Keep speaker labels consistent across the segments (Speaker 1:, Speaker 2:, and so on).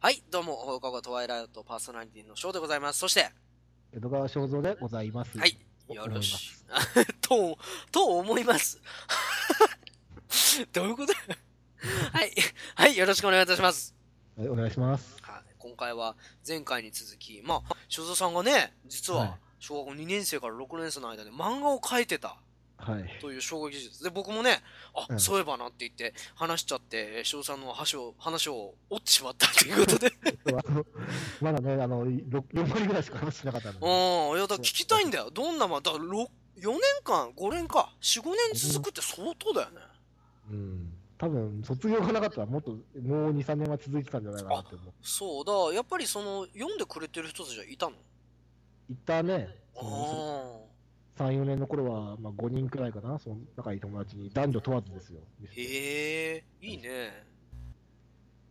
Speaker 1: はい、どうも、放課後トワイライトパーソナリティのショーでございます。そして、
Speaker 2: 江戸川正蔵でございます。
Speaker 1: はい、
Speaker 2: お
Speaker 1: よろしく。と、と思います。 どういうこと はい、はい、よろしくお願いいたします。
Speaker 2: はいお願いします。
Speaker 1: はい、今回は前回に続き、まあ、正蔵さんがね、実
Speaker 2: はい
Speaker 1: は小学校2年生から6年生の間で漫画を描いてた
Speaker 2: はい。
Speaker 1: という衝撃術で、僕もね、あ、
Speaker 2: うん
Speaker 1: そういえばなって言って話しちゃって、正蔵さんの話を、話を折ってしまったということで、
Speaker 2: あの まだね、あの、ろ4割ぐらいしか話してなかったので、
Speaker 1: うん、いや、だから聞きたいんだよ。どんなま、だからろ4年間、5年か、4、5年続くって相当だよね。
Speaker 2: うん。多分、卒業がなかったらもっと、もう2、3年は続いてたんじゃないかなって思う。
Speaker 1: そうだ、やっぱりその、読んでくれてる人たちはいたの
Speaker 2: いったね、その
Speaker 1: あ
Speaker 2: 3、4年の頃は、まあ5人くらいかな、その仲いい友達に男女問わずですよ。
Speaker 1: あ。へえ、いいね。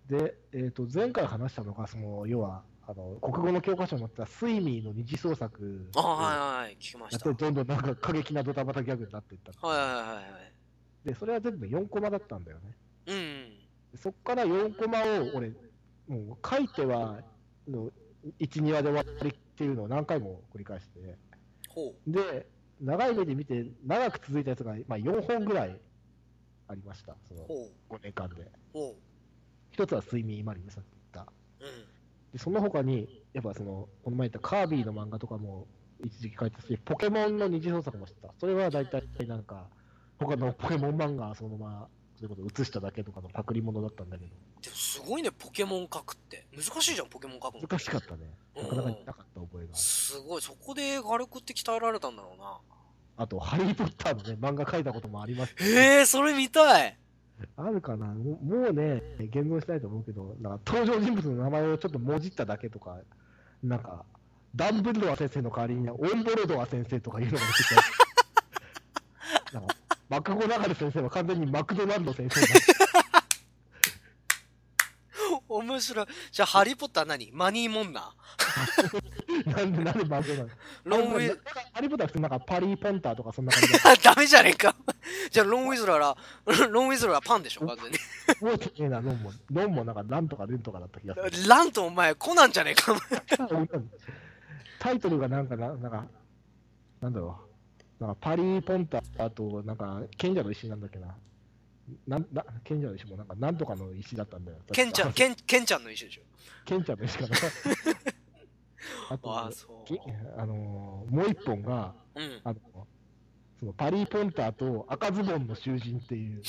Speaker 2: で、えっ、と、前回話したのが、その、要は、あの、国語の教科書に載ってたスイミーの二次創作。
Speaker 1: あはいはいはい、聞きま
Speaker 2: や
Speaker 1: し。
Speaker 2: ったぱ
Speaker 1: は
Speaker 2: り
Speaker 1: い
Speaker 2: どんどんなんか過激なドタバタギャグになっていった。
Speaker 1: はいはいはい。
Speaker 2: で、それは全部4コマだったんだよね。
Speaker 1: うん。
Speaker 2: そっから4コマを俺、もう書いてはの1、2話で終わりっていうのを何回も繰り返して、
Speaker 1: ほ、
Speaker 2: で、長い目で見て、長く続いたやつが、まあ、4本ぐらいありました、そうの
Speaker 1: ほ
Speaker 2: 5年間で。
Speaker 1: う、ほ
Speaker 2: 一つは睡眠マリンさっき言った。
Speaker 1: う。うん。
Speaker 2: で、その他に、やっぱその、この前言ったカービィの漫画とかも一時期書いてたし、ポケモンの二次創作もしてた。それは大体なんか、他のポケモン漫画はそのまま、そういうこと映しただけとかのパクリものだったんだけど、
Speaker 1: でもすごいね、ポケモン描くって。難しいじゃん、ポケモン描くの。
Speaker 2: 難しかったね。なかなかなかった覚えがある。
Speaker 1: すごい、そこで画力って鍛えられたんだろうな。
Speaker 2: あと、ハリー・ポッターのね、漫画書いたこともあります。
Speaker 1: へえ、それ見たい
Speaker 2: あるかなもうもうね、現存しないと思うけど、なんか登場人物の名前をちょっともじっただけとか、なんか、ダンブルドア先生の代わりに、オンボルドア先生とかいうのが出てき た。なんか、マクゴナガル先生は完全にマクドナルド先生だ。
Speaker 1: 面白い。じゃあ、ハリーポッターは何マニーモンナ
Speaker 2: なんで、なんでマクドナルド
Speaker 1: ロンウィ
Speaker 2: な
Speaker 1: ズ、
Speaker 2: んかハリー・ポッターは普通なんかパリー・ポンターとかそんな感じだ。
Speaker 1: ダメじゃねえか。 じゃあ、ロンウィズラーら、 ロンウィズラーはパンでしょ、完全に。
Speaker 2: 覚えてねえな、ロンも。ロンもなんか、ランとかルンとかだった気がする。
Speaker 1: ランとお前、コナンじゃねえか。
Speaker 2: タイトルがなんかな、なんか、なんだろう。なんかパリー・ポンターと、なんか、賢者の石なんだっけな。なんだ賢者の石もなんか、なんとかの石だったんだよ。
Speaker 1: ケンちゃ ん、
Speaker 2: ケン
Speaker 1: ケン、ケンちゃんの一緒でしょ。
Speaker 2: ちゃんの石かな。 あ
Speaker 1: ああ、
Speaker 2: と、
Speaker 1: そ
Speaker 2: きあのーもう一本が、
Speaker 1: う。うん。
Speaker 2: あの、そのパリー・ポンターと赤ズボンの囚人っていう、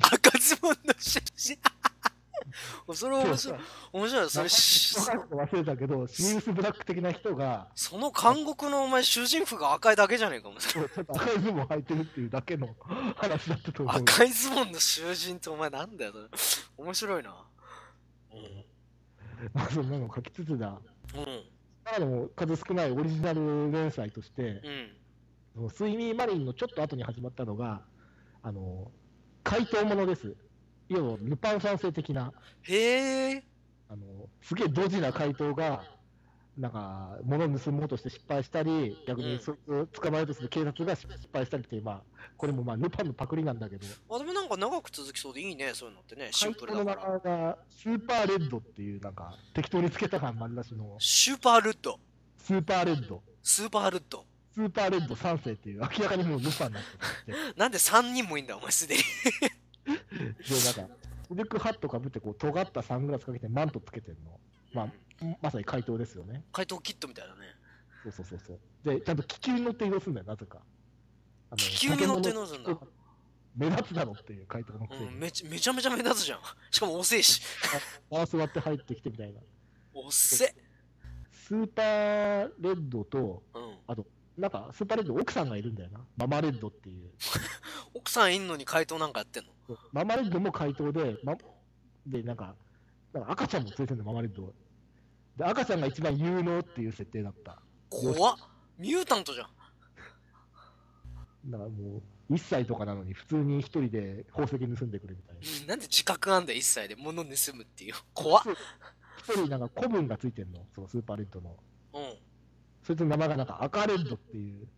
Speaker 1: 赤ズボンの写 真。それ面白い。面白い。それ、し
Speaker 2: 名前忘れたけど、シリウス・ブラック的な人が、
Speaker 1: その監獄のお前、囚人服が赤いだけじゃねえか、お前。
Speaker 2: ちょっと赤いズボン履いてるっていうだけの話だったと思う。
Speaker 1: 赤いズボンの囚人ってお前なんだよ、それ。面白いな。
Speaker 2: まあそんなの書きつつだ。
Speaker 1: うん。
Speaker 2: 中でも数少ないオリジナル連載として、
Speaker 1: うん。
Speaker 2: そのスイミーマリンのちょっと後に始まったのが、あの、怪盗ものです。要は、ルパン三世的な、
Speaker 1: へえ。
Speaker 2: あの、すげえドジな怪盗が、なんか、物盗もうとして失敗したり、逆
Speaker 1: うん
Speaker 2: にそいつを捕まえようとする警察が失敗したりっていう、まあ、これもまあ、ルパンのパクリなんだけど、
Speaker 1: あ、でもなんか長く続きそうでいいね、そういうのってね。シン
Speaker 2: 怪
Speaker 1: プ
Speaker 2: 盗
Speaker 1: ル
Speaker 2: の
Speaker 1: だ
Speaker 2: 名
Speaker 1: から。
Speaker 2: 前が、スーパーレッドっていう、なんか、適当につけた感丸出しの、
Speaker 1: シューパールッド。
Speaker 2: スーパーレッド。
Speaker 1: スーパールッド。
Speaker 2: スーパーレッド3世っていう、明らかにもうルパンになってて、
Speaker 1: なんで3人もいんだ、お前すでに。
Speaker 2: で、なんか、ミルクハットかぶって、こう、尖ったサングラスかけて、マントつけてんの。まあまさに怪盗ですよね。
Speaker 1: 怪盗キットみたいだね。
Speaker 2: そうそうそうそう。で、ちゃんと気球に乗って移動するんだよ、なぜか。あの
Speaker 1: 気球に乗って乗るんだ。
Speaker 2: 建物目立つだろっていう怪盗のくせ
Speaker 1: う
Speaker 2: に、
Speaker 1: ん、めちめちゃめちゃ目立つじゃん。 しかも遅えし。
Speaker 2: ああ座って入ってきてみたいな。
Speaker 1: 遅え。
Speaker 2: スーパーレッドと、
Speaker 1: うん。
Speaker 2: なんか、スーパーレッド奥さんがいるんだよな。ママレッドっていう。
Speaker 1: 奥さんいんのに怪盗なんかやってんの。
Speaker 2: そうママレッドも怪盗で、ま、で、なんか、なんか赤ちゃんも連れてるの、ママレッドをで、赤ちゃんが一番有能っていう設定だった。
Speaker 1: 怖っ。ミュータントじゃん。
Speaker 2: だからもう、1歳とかなのに、普通に一人で宝石盗んでくるみたいな。
Speaker 1: うんなんで自覚あんだよ、一切で。物盗むっていう。 怖っ。
Speaker 2: 一人、なんか古文がついてんの、そのスーパーレッドの。
Speaker 1: うん。
Speaker 2: そいつの名前がなんか、赤レッドっていう、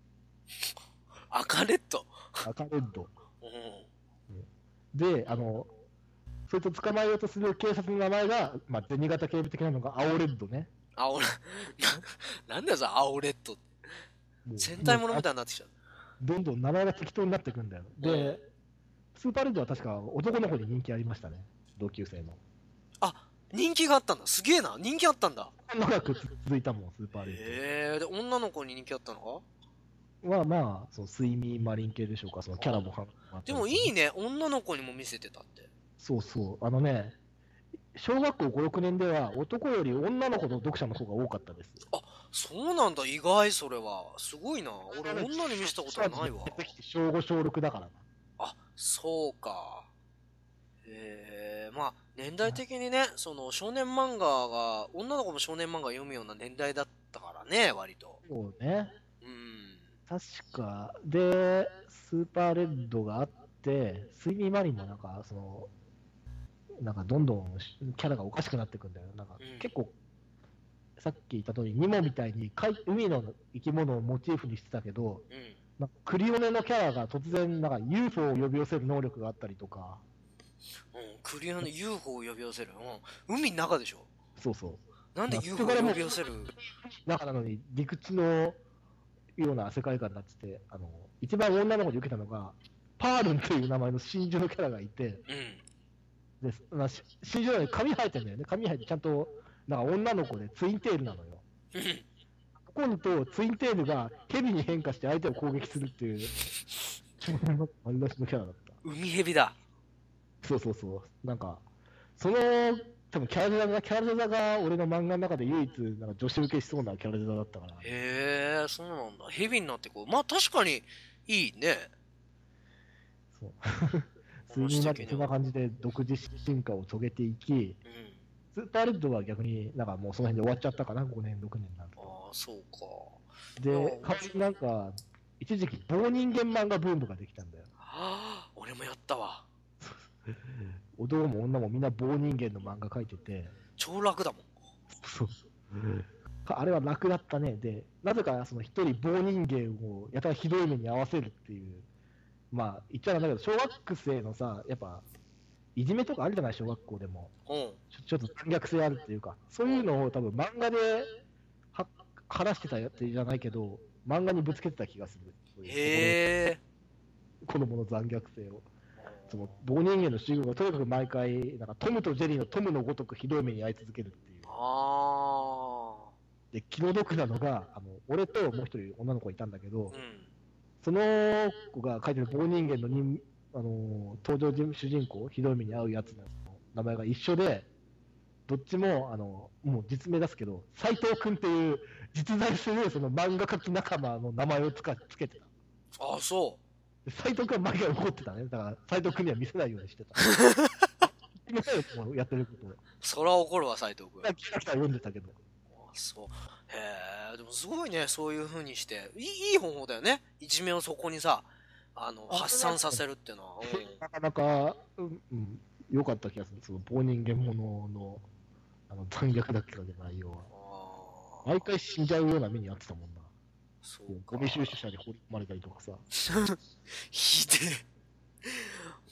Speaker 1: 赤レッド。
Speaker 2: 赤レッド。
Speaker 1: うん。
Speaker 2: で、あの、そいつを捕まえようとする警察の名前が、まあ、銭形警備的なのが青レッドね。
Speaker 1: あ、俺、な、なんだよ、それ、アオレットって。
Speaker 2: もう
Speaker 1: 戦隊ものみたいになってきちゃう。
Speaker 2: どんどん名前が適当になっていくんだよ。で、スーパーレッドは確か男の子に人気ありましたね。同級生の。
Speaker 1: あ、人気があったんだ。すげえな。人気あったんだ。
Speaker 2: 長く続いたもん、スーパーレッド。
Speaker 1: へえ、で、女の子に人気あったのか
Speaker 2: はまあ、そう、睡眠マリン系でしょうか、そのキャラもは
Speaker 1: でもいい
Speaker 2: ね。
Speaker 1: ね。女の子にも見せてたって。
Speaker 2: そうそう、あのね、小学校5、6年では男より女の子の読者の方が多かったです。
Speaker 1: そうなんだ。意外、それは。すごいな。俺、女に見せたことは ないわ。
Speaker 2: 小5、小6だからな。
Speaker 1: あ、そうか。ええ、まあ、年代的にね、その、少年漫画が、女の子も少年漫画を読むような年代だったからね、割と。
Speaker 2: そうね、
Speaker 1: うん。
Speaker 2: 確か。で、スーパーレッドがあって、睡眠マリンもなんか、その、なんかどんどんキャラがおかしくなっていくんだよ。なんか
Speaker 1: うん
Speaker 2: 結構、さっき言った通り、ニモみたいに海海の生き物をモチーフにしてたけど、
Speaker 1: うん。
Speaker 2: なんかクリオネのキャラが突然なんか UFO を呼び寄せる能力があったりとか、
Speaker 1: うん、クリアの UFO を呼び寄せる。うん、海の中でしょ。
Speaker 2: そうそう。
Speaker 1: なんで
Speaker 2: まあ
Speaker 1: UFO を呼び寄せる
Speaker 2: 中なのに陸地のような世界観になってて、あの、一番女の子に受けたのが、パールンという名前の真珠のキャラがいて、
Speaker 1: うん。
Speaker 2: で、まあ、し真珠なのに髪生えてんだよね。髪生えてちゃんと、なんか女の子でツインテールなのよ。
Speaker 1: うん
Speaker 2: 今度ツインテールが蛇に変化して相手を攻撃するっていう、丸出しのキャラだった。
Speaker 1: 海蛇だ。
Speaker 2: そうそうそう。なんか、その、多分キャラデザが、キャラデザが俺の漫画の中で唯一、なんか女子受けしそうなキャラデザだったから。
Speaker 1: へえ、そうなんだ。蛇になってこう。まあ確かに、いいね。
Speaker 2: そう。
Speaker 1: この
Speaker 2: 睡
Speaker 1: 人
Speaker 2: 眠マ
Speaker 1: 的
Speaker 2: リン
Speaker 1: に
Speaker 2: そんな
Speaker 1: は
Speaker 2: 感じで独自進化を遂げていき、
Speaker 1: うん。
Speaker 2: スーパーレッドは逆になんかもうその辺で終わっちゃったかな、5年、6年なんか。
Speaker 1: ああ、そうか。
Speaker 2: で、代わりになんか、一時期棒人間漫画ブームができたんだよ。
Speaker 1: はあ、 俺もやったわ。
Speaker 2: 男も女もみんな棒人間の漫画描いてて、
Speaker 1: 超楽だもん。
Speaker 2: そう。あれは楽だったね。で、なぜかその一人棒人間をやたらひどい目に合わせるっていう。まあ、言っちゃなんだけど、小学生のさ、やっぱ、いじめとかあるじゃない、小学校でも。
Speaker 1: うん。
Speaker 2: ちょちょっと残虐性あるっていうか、そういうのを多分漫画では話してたやつじゃないけど、漫画にぶつけてた気がする。そういう
Speaker 1: へえ。
Speaker 2: 子供の残虐性を。その棒人間の主人公がとにかく毎回、なんかトムとジェリーのトムのごとくひどい目に遭い続けるっていう。
Speaker 1: あ
Speaker 2: で、気の毒なのが、あの俺ともう一人女の子いたんだけ
Speaker 1: あ。
Speaker 2: ど
Speaker 1: う、ん。
Speaker 2: その子が書いてる棒人間の人あのー登場人主人公、ひどい目に遭うやつの名前が一緒で、どっちも、あのもう実名出すけど、斎藤君っていう実在するその漫画描き仲間の名前をつかつけてた。
Speaker 1: ああ、そ
Speaker 2: で斎藤君は毎回怒ってたね。だから斎藤君には見せないようにしてた。見せないよもうやってること。
Speaker 1: う。そら怒るわ、斎藤君。
Speaker 2: キャラクター読んでたけど。
Speaker 1: あそう。へえ、でもすごいね、そういう風にして。いいいい方法だよね。いじめをそこにさ、あの、
Speaker 2: あ
Speaker 1: 発散させるっていうのは。うん
Speaker 2: なかなか、うん、うん、良かった気がする。その棒人間ものの、あの、残虐だけどね、内容は。
Speaker 1: あー
Speaker 2: 毎回死んじゃうような目に遭ってたもんな。
Speaker 1: そうか
Speaker 2: ゴミ収集車に放り込まれたりとかさ。
Speaker 1: ひでえ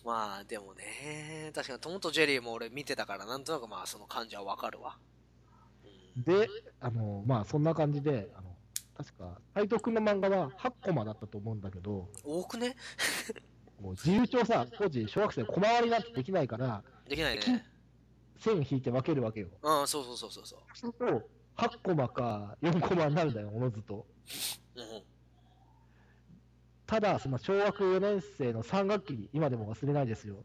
Speaker 1: まあ、でもね、確かにトムとジェリーも俺見てたから、なんとなくまあ、その感じはわかるわ。うん
Speaker 2: で、あの、まあそんな感じで、あの、確か、斎藤君の漫画は8コマだったと思うんだけど、
Speaker 1: 多くね
Speaker 2: もう自由帳さ、当時小学生小回りなんてできないから、
Speaker 1: できないね。
Speaker 2: 線引いて分けるわけよ。
Speaker 1: うん、そうそうそうそうそう。
Speaker 2: そうすると、8コマか4コマになるんだよ、おのずと。
Speaker 1: うん、
Speaker 2: ただ、その小学4年生の3学期に今でも忘れないですよ。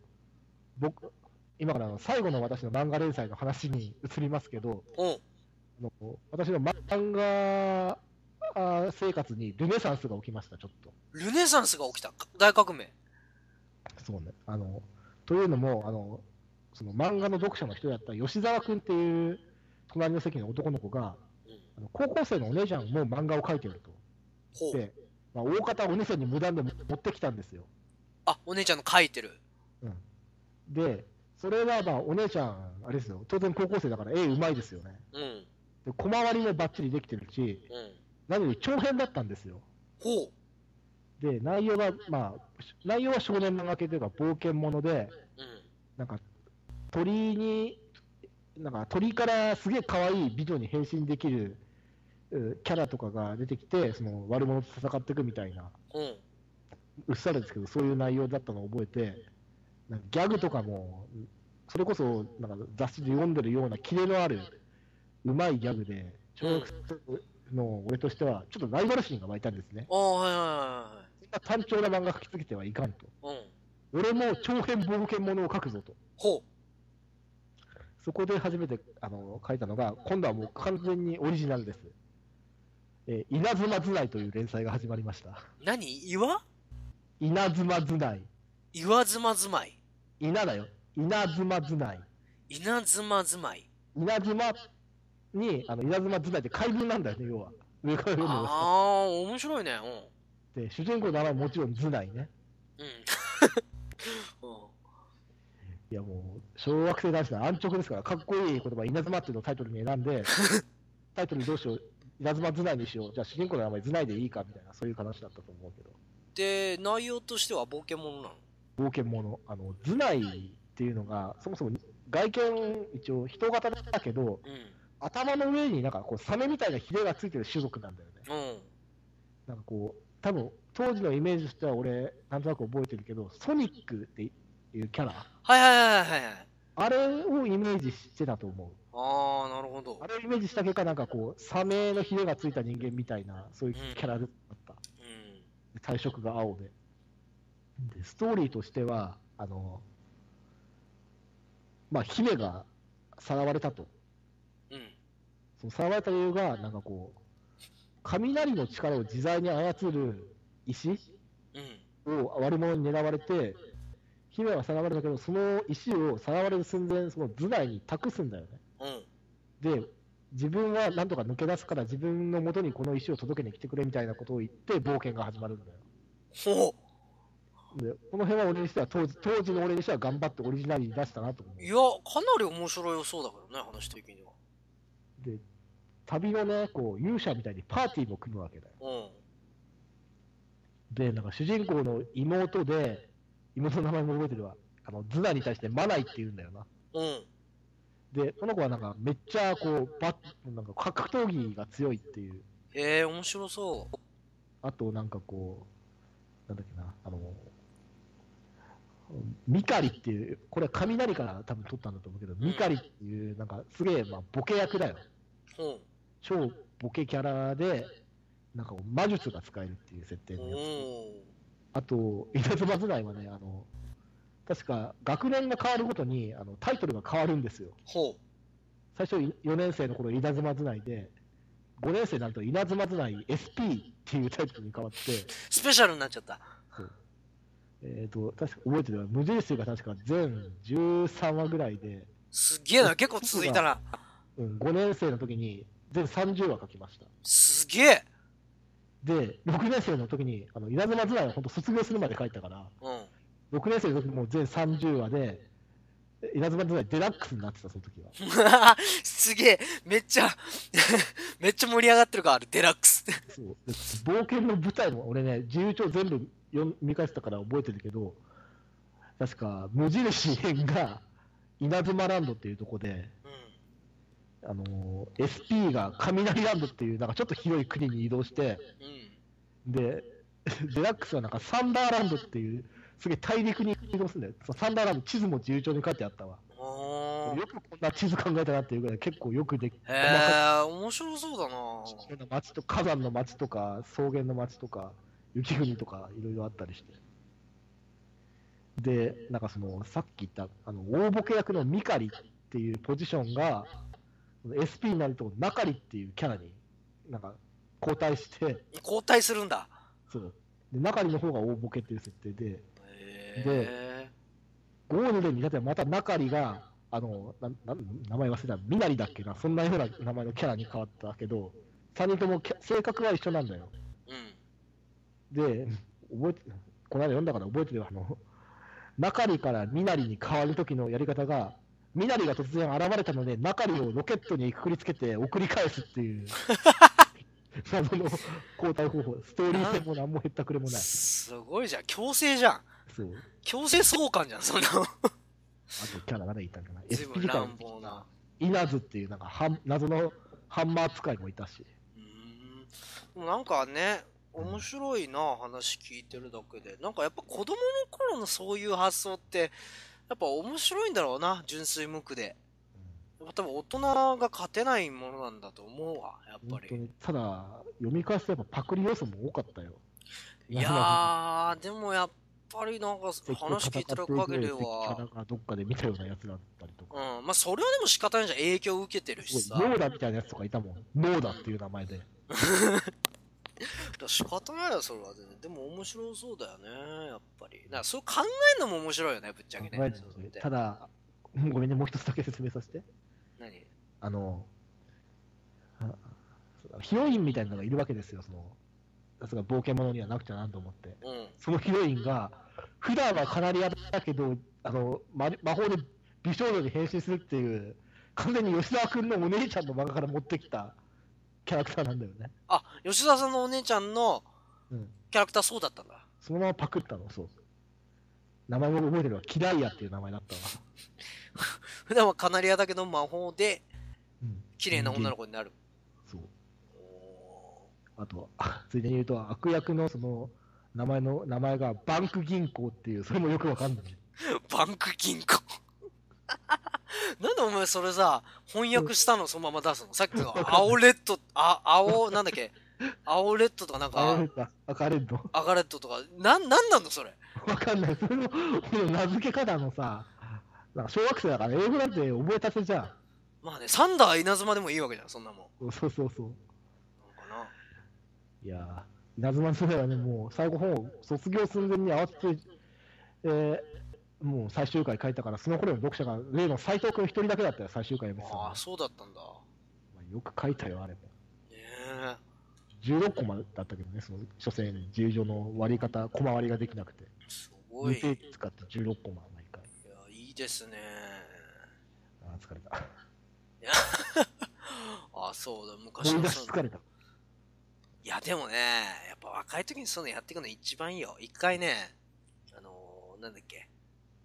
Speaker 2: 僕、今からあの最後の私の漫画連載の話に移りますけど、
Speaker 1: うん。
Speaker 2: あの私の漫画あー生活にルネサンスが起きました、ちょっと。
Speaker 1: ルネサンスが起きた。大革命。
Speaker 2: そうね。あのというのもあの、その漫画の読者の人だった吉沢君っていう隣の席の男の子が、
Speaker 1: うん。
Speaker 2: あの高校生のお姉ちゃんも漫画を描いてると。
Speaker 1: ほう。
Speaker 2: で、まあ、大方お姉さんに無断で持ってきたんですよ。
Speaker 1: あ、お姉ちゃんの書いてる。
Speaker 2: で、それはまあお姉ちゃん、あれですよ、当然高校生だから絵うまいですよね。
Speaker 1: うん。
Speaker 2: で、小回りもばっちりできてるし、
Speaker 1: うん。
Speaker 2: 何より長編だったんですよ。
Speaker 1: ほう。
Speaker 2: で、内容が、まあ、内容は少年漫画系というか冒険もので、
Speaker 1: うん。
Speaker 2: なんか、鳥に、なんか鳥からすげえ可愛い美女に変身できるうキャラとかが出てきて、その悪者と戦っていくみたいな、
Speaker 1: うん。
Speaker 2: うっさらですけど、そういう内容だったのを覚えて、なんかギャグとかも、それこそなんか雑誌で読んでるようなキレのある、うまいギャグで、小学生の俺としては、ちょっとライバル心が湧いたんですね。
Speaker 1: ああ、はいは
Speaker 2: そんな単調な漫画描きすぎてはいかんと。
Speaker 1: いはいはい。うん。
Speaker 2: 俺も長編冒険ものを描くぞと。
Speaker 1: ほ
Speaker 2: そこで初めてあの書いたのが、今度はもう完全にオリジナルです。えー、稲妻図内という連載が始まりました。
Speaker 1: う。何岩
Speaker 2: 稲妻図内。
Speaker 1: 岩妻住まい。
Speaker 2: 稲だよ。稲妻図内。
Speaker 1: 稲妻住まい。
Speaker 2: 稲妻に、あの稲妻図内って怪文なんだよね、要は。上から読む
Speaker 1: あ
Speaker 2: のが
Speaker 1: あ、面白いね。
Speaker 2: で、主人公の名前はもちろん図内ね。
Speaker 1: うん。うん。 うん
Speaker 2: いやもう、小学生男子の安直ですから、かっこいい言葉、稲妻っていうのをタイトルに選んで、タイトルどうしよう、稲妻図内にしよう、じゃあ主人公の名前図内でいいかみたいな、そういう話だったと思うけど。
Speaker 1: で、内容としては冒険者なの。
Speaker 2: 冒険者あの頭内っていうのがそもそも外見一応人型だけど
Speaker 1: う
Speaker 2: 頭の上になんかこうサメみたいなヒレがついてる種族なんだよね
Speaker 1: ん。うん。
Speaker 2: なんかこう多分当時のイメージとしては俺なんとなく覚えてるけどソニックっていうキャラ
Speaker 1: はいはいはいはいはい。
Speaker 2: あれをイメージしてたと思う
Speaker 1: ああ、なるほど
Speaker 2: あ。れをイメージした結果なんかこうサメのヒレがついた人間みたいなそういうキャラだった
Speaker 1: うん。
Speaker 2: 体色が青ででストーリーとしてはあのまあ姫がさらわれたと
Speaker 1: うん。
Speaker 2: そのさらわれた理由がなんかこう雷の力を自在に操る石
Speaker 1: うん。
Speaker 2: を悪者に狙われて姫はさらわれたけどその石をさらわれる寸前その頭内に託すんだよね
Speaker 1: うん。
Speaker 2: で自分はなんとか抜け出すから自分の元にこの石を届けに来てくれみたいなことを言って冒険が始まるんだよ
Speaker 1: ほ
Speaker 2: でこの辺は俺にしては当時当時の俺にしては頑張ってオリジナルに出したなと思
Speaker 1: う。いうや、かなり面白いそうだけどね、話的には。
Speaker 2: で旅のねこう勇者みたいにパーティーも組むわけだよ
Speaker 1: うん。
Speaker 2: でなんか主人公の妹で妹の名前も覚えてるわあのズナに対してマナイって言うんだよな
Speaker 1: うん。
Speaker 2: でこの子はなんかめっちゃこうバなんか格闘技が強いっていう
Speaker 1: へえ、面白そ
Speaker 2: あとなんかこうなんだっけなあのミカリっていうこれは雷から多分取ったんだと思うけど、ミカリっていうなんかすげえまあボケ役だよ
Speaker 1: う。うん。
Speaker 2: 超ボケキャラで、なんかこう魔術が使えるっていう設定のやつ。
Speaker 1: おー
Speaker 2: あと、稲妻図内はね、あの、確か学年が変わるごとにあのタイトルが変わるんですよ。
Speaker 1: ほ
Speaker 2: 最初4年生の頃稲妻図内で、5年生になると稲妻図内 SP っていうタイトルに変わって、
Speaker 1: う。スペシャルになっちゃった。
Speaker 2: えっ、と、確か覚えてるわ無印が確か全13話ぐらいで、
Speaker 1: すげえな、結構続いたな。
Speaker 2: うん、5年生の時に全30話書きました。
Speaker 1: すげえ。
Speaker 2: で、6年生の時に、あの稲妻図内は本当卒業するまで書いたから、
Speaker 1: うん。
Speaker 2: 6年生の時もう全30話で、え稲妻時代デラックスになってた、その時は。
Speaker 1: すげえ。めっちゃ、 めっちゃ盛り上がってるから、あるデラックス。
Speaker 2: そうで冒険の舞台も俺ね、自由帳全部読み見返したから覚えてるけど、確か無印編が稲妻ランドっていうとこで、
Speaker 1: うん。
Speaker 2: あのー SP が雷ランドっていう、なんかちょっと広い国に移動して、
Speaker 1: うん。
Speaker 2: で、デラックスはなんかサンダーランドっていう、すげえ大陸に移動するんだよ。そのサンダーランド、地図も自由帳に書いてあったわ。
Speaker 1: あ
Speaker 2: よくこんな地図考えたなっていうぐらい、結構よくでき
Speaker 1: ーへえ、面白そうだな。
Speaker 2: 地球の街と火山の街とか草原の街とか雪国とかいろいろあったりしてでなんかそのさっき言ったあの大ボケ役のミカリっていうポジションがその SP になるとナカリっていうキャラになんか交代して
Speaker 1: 交代するんだ。
Speaker 2: そうでナカリの方が大ボケっていう設定で
Speaker 1: へ
Speaker 2: ゴールデンに立てばまたナカリがあのなな名前忘れたミナリだっけなそんなような名前のキャラに変わったけど3人ともキャ性格は一緒なんだよ
Speaker 1: え。うん。
Speaker 2: で、覚えて、この間読んだから覚えてるわ、あの、中里からミナリに変わる時のやり方が、ミナリが突然現れたので、中里をロケットにくくりつけて送り返すっ ていう、謎の交代方法、ストーリー性も何も減ったくれもない。
Speaker 1: すごいじゃん。強制じゃん。
Speaker 2: そう。
Speaker 1: 強制送還じゃん、そんなの。
Speaker 2: あとキャラがね、いたんじゃない。
Speaker 1: 随
Speaker 2: SP
Speaker 1: 分
Speaker 2: から
Speaker 1: 乱暴な。
Speaker 2: 稲津っていうなんかハン謎のハンマー使いもいたし、
Speaker 1: うーん。でもなんかね、面白いな、話聞いてるだけで。なんかやっぱ子供の頃のそういう発想って、やっぱ面白いんだろうな、純粋無垢で。やっぱ多分大人が勝てないものなんだと思うわ、やっ
Speaker 2: うん、
Speaker 1: ぱ
Speaker 2: 本当
Speaker 1: り。
Speaker 2: にただ読み返すとやっぱパクリ要素も多かったよ
Speaker 1: いやー、でもやっぱりなんか
Speaker 2: 敵と
Speaker 1: 話聞いてる限りは
Speaker 2: 戦っていく上で敵キャラ、がどっかで見たようなやつだったりと
Speaker 1: うん
Speaker 2: か、、
Speaker 1: まあそれはでも仕方ないじゃん、影響を受けてるし
Speaker 2: す
Speaker 1: さ。
Speaker 2: ごいノーダみたいなやつとかいたもんノーダっていう名前で
Speaker 1: だ仕方ないよそれは全然でも面白そうだよねやっぱりだからそう考えるのも面白いよねぶっちゃけね
Speaker 2: 考えて
Speaker 1: そう
Speaker 2: み
Speaker 1: やって
Speaker 2: ただごめんねもう一つだけ説明させて
Speaker 1: 何
Speaker 2: あのあヒロインみたいなのがいるわけですよそのさすが冒険者にはなくちゃなと思って
Speaker 1: うん
Speaker 2: そのヒロインが、普段はカナリアだけど、あの魔魔法で美少女に変身するっていう、完全に吉沢君のお姉ちゃんの漫画から持ってきたキャラクターなんだよね。
Speaker 1: あ吉沢さんのお姉ちゃんの
Speaker 2: うん、
Speaker 1: キャラクターそうだったんだ
Speaker 2: そのままパクったの、そう。名前も覚えてるわ、キライアっていう名前だったわ。
Speaker 1: 普段はカナリアだけど魔法で
Speaker 2: うん、
Speaker 1: 綺麗な女の子になる
Speaker 2: そう。
Speaker 1: お
Speaker 2: あと、あ ついでに言うと、悪役のその、名前の、名前がバンク銀行っていう、それもよくわかんない。
Speaker 1: ーバンク銀行 なんでお前それさ翻訳したのそのまま出すのさっきの青レッドあ青なんだっけ青レッドとかなん
Speaker 2: あ
Speaker 1: か
Speaker 2: れ、あかれんの
Speaker 1: 赤レッドとかなんなんなんだそれ
Speaker 2: わかんない。それの、この名付け方のさ、なんか小学生だから英語なんて覚えたてじゃん。
Speaker 1: まあねサンダー稲妻でもいいわけじゃんそんなもん
Speaker 2: そうそうそう。
Speaker 1: なんかない
Speaker 2: やー、稲妻先生はね、もう最後本を卒業寸前に合わせて、えーもう最終回書いたから、その頃の読者が例の斎藤君一人だけだったよ、最終回読
Speaker 1: ああ
Speaker 2: む
Speaker 1: そうだったんだ
Speaker 2: よく書いたよ、あれも。
Speaker 1: ねえ
Speaker 2: 16コマだったけどね、その所詮、十条の割り方、コマ割りができなくて。
Speaker 1: すごいい
Speaker 2: 2
Speaker 1: や
Speaker 2: ページ使って16コマ、毎回。
Speaker 1: いいですね
Speaker 2: あー疲れた。
Speaker 1: あそうだ昔
Speaker 2: 思い
Speaker 1: の
Speaker 2: 出し
Speaker 1: そ
Speaker 2: 疲
Speaker 1: の
Speaker 2: れた。
Speaker 1: いやでもねやっぱ若い時にそういうのやっていくの一番いいよ一回ねあのー、なんだっけ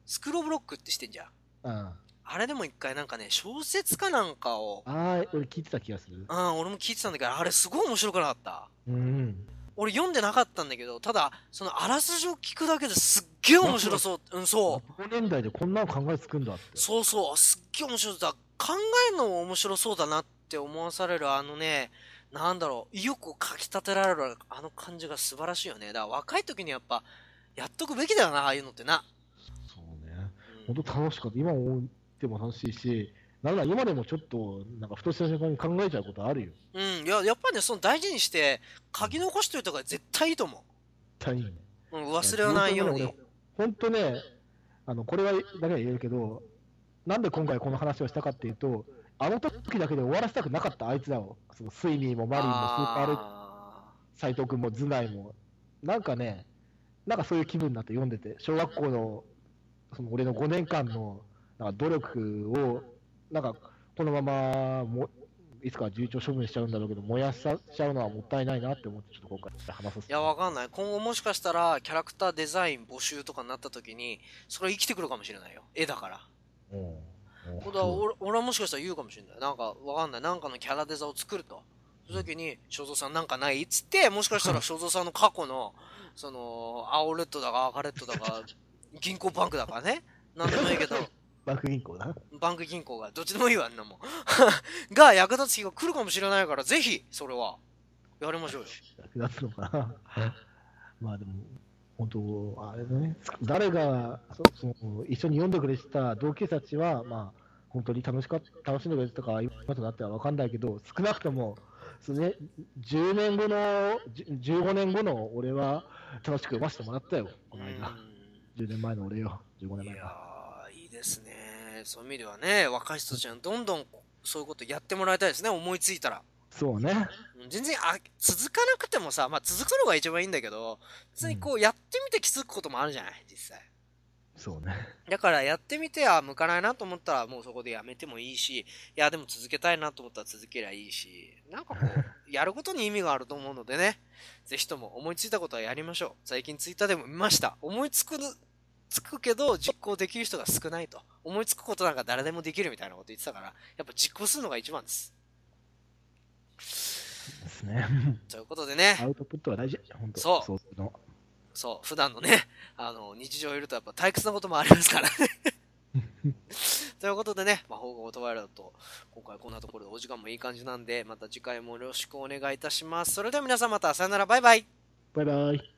Speaker 1: スクローブロックってしてんじゃん
Speaker 2: うん。あ
Speaker 1: あれでも一回なんかね小説かなんかを
Speaker 2: あー、俺聞いてた気がする
Speaker 1: う。ん俺も聞いてたんだけどあれすごい面白くなかった
Speaker 2: うん。
Speaker 1: 俺読んでなかったんだけどただそのあらすじを聞くだけですっげえ面白そううんそう
Speaker 2: 5年代でこんなの考えつくんだって。
Speaker 1: そうそう、すっげえ面白い。だ考えるのも面白そうだなって思わされる、あのね、なんだろう、意欲をかき立てられるあの感じが素晴らしいよね。だから若い時にやっぱ、やっとくべきだよな、ああいうのってな。
Speaker 2: そうね。
Speaker 1: うん
Speaker 2: 本当楽しかった。今思っても楽しいし、なんなら今でもちょっと、なんかふとした瞬間に考えちゃうことあるよ。絶
Speaker 1: うん、いや、やっぱりね、その大事にして、書き残しといた方が絶対いいと思
Speaker 2: 対にね。
Speaker 1: う。うん、忘れはないよう
Speaker 2: い
Speaker 1: に
Speaker 2: や本。本当ね、あの、これはだけは言えるけど、なんで今回この話をしたかっていうと、あの時だけで終わらせたくなかったあいつらを。そのスイミーもマリンもスーパーレッド、
Speaker 1: あ
Speaker 2: 斎藤君も頭内も。なんかね、なんかそういう気分になって読んでて、小学校の、その俺の5年間のなんか努力を、なんかこのままもいつか重長処分しちゃうんだろうけど、燃やしちゃうのはもったいないなって思って、ちょっと今回話さ
Speaker 1: ー
Speaker 2: せて
Speaker 1: いや、わかんない。今後もしかしたら、キャラクターデザイン募集とかになった時に、それは生きてくるかもしれないよ。絵だから。
Speaker 2: うんうん
Speaker 1: これは 俺俺はもしかしたら言うかもしれない。なんかわかんない。なんかのキャラデザを作ると。その時に、正蔵さんなんかないっつって、もしかした ら正蔵さんの過去の、その、青レッドだか赤レッドだか、銀行バンクだからね。なんでもいいけ ど、
Speaker 2: バック銀行な。
Speaker 1: バンク銀行が、どっちでもいいわ、あんな もん。が役立つ日が来るかもしれないから、ぜひ、それは、やりましょうよ。
Speaker 2: 役立つのかな。 まあでも、本当、あれだね、誰がそその一緒に読んでくれてた同級生たちは、まあ、本当に楽しか楽しんでくれてたか、今となっては分かんないけど、少なくとも、そのね、10年後の、10 15年後の俺は楽しく読ませてもらったよ、この間。10年前の俺よ、15
Speaker 1: うんい
Speaker 2: 年前
Speaker 1: や
Speaker 2: か。
Speaker 1: ー、いいですね。そういう意味ではね、若い人たちにはどんどんそういうことやってもらいたいですね、思いついたら。
Speaker 2: そうね。
Speaker 1: うん全然あ続かなくてもさ、まあ、続くのが一番いいんだけど普通にこうやってみて気づくこともあるじゃない実際
Speaker 2: そうね。
Speaker 1: だからやってみてあ向かないなと思ったらもうそこでやめてもいいしいやでも続けたいなと思ったら続けりゃいいしなんかこ うやることに意味があると思うのでねぜひとも思いついたことはやりましょう最近ツイッターでも見ました思いつくつくけど実行できる人が少ないと思いつくことなんか誰でもできるみたいなこと言ってたからやっぱ実行するのが一番です
Speaker 2: です ね。
Speaker 1: ということでね
Speaker 2: アウトプットは大事。本当
Speaker 1: そう
Speaker 2: そうの。
Speaker 1: そう、普段のね、 あの、日常いるとやっぱ退屈なこともありますからね。ということでね、魔法がオートワイルドと、今回こんなところでお時間もいい感じなんで、また次回もよろしくお願いいたします。それでは皆さんまたさよなら、バイバイ
Speaker 2: バイバイ。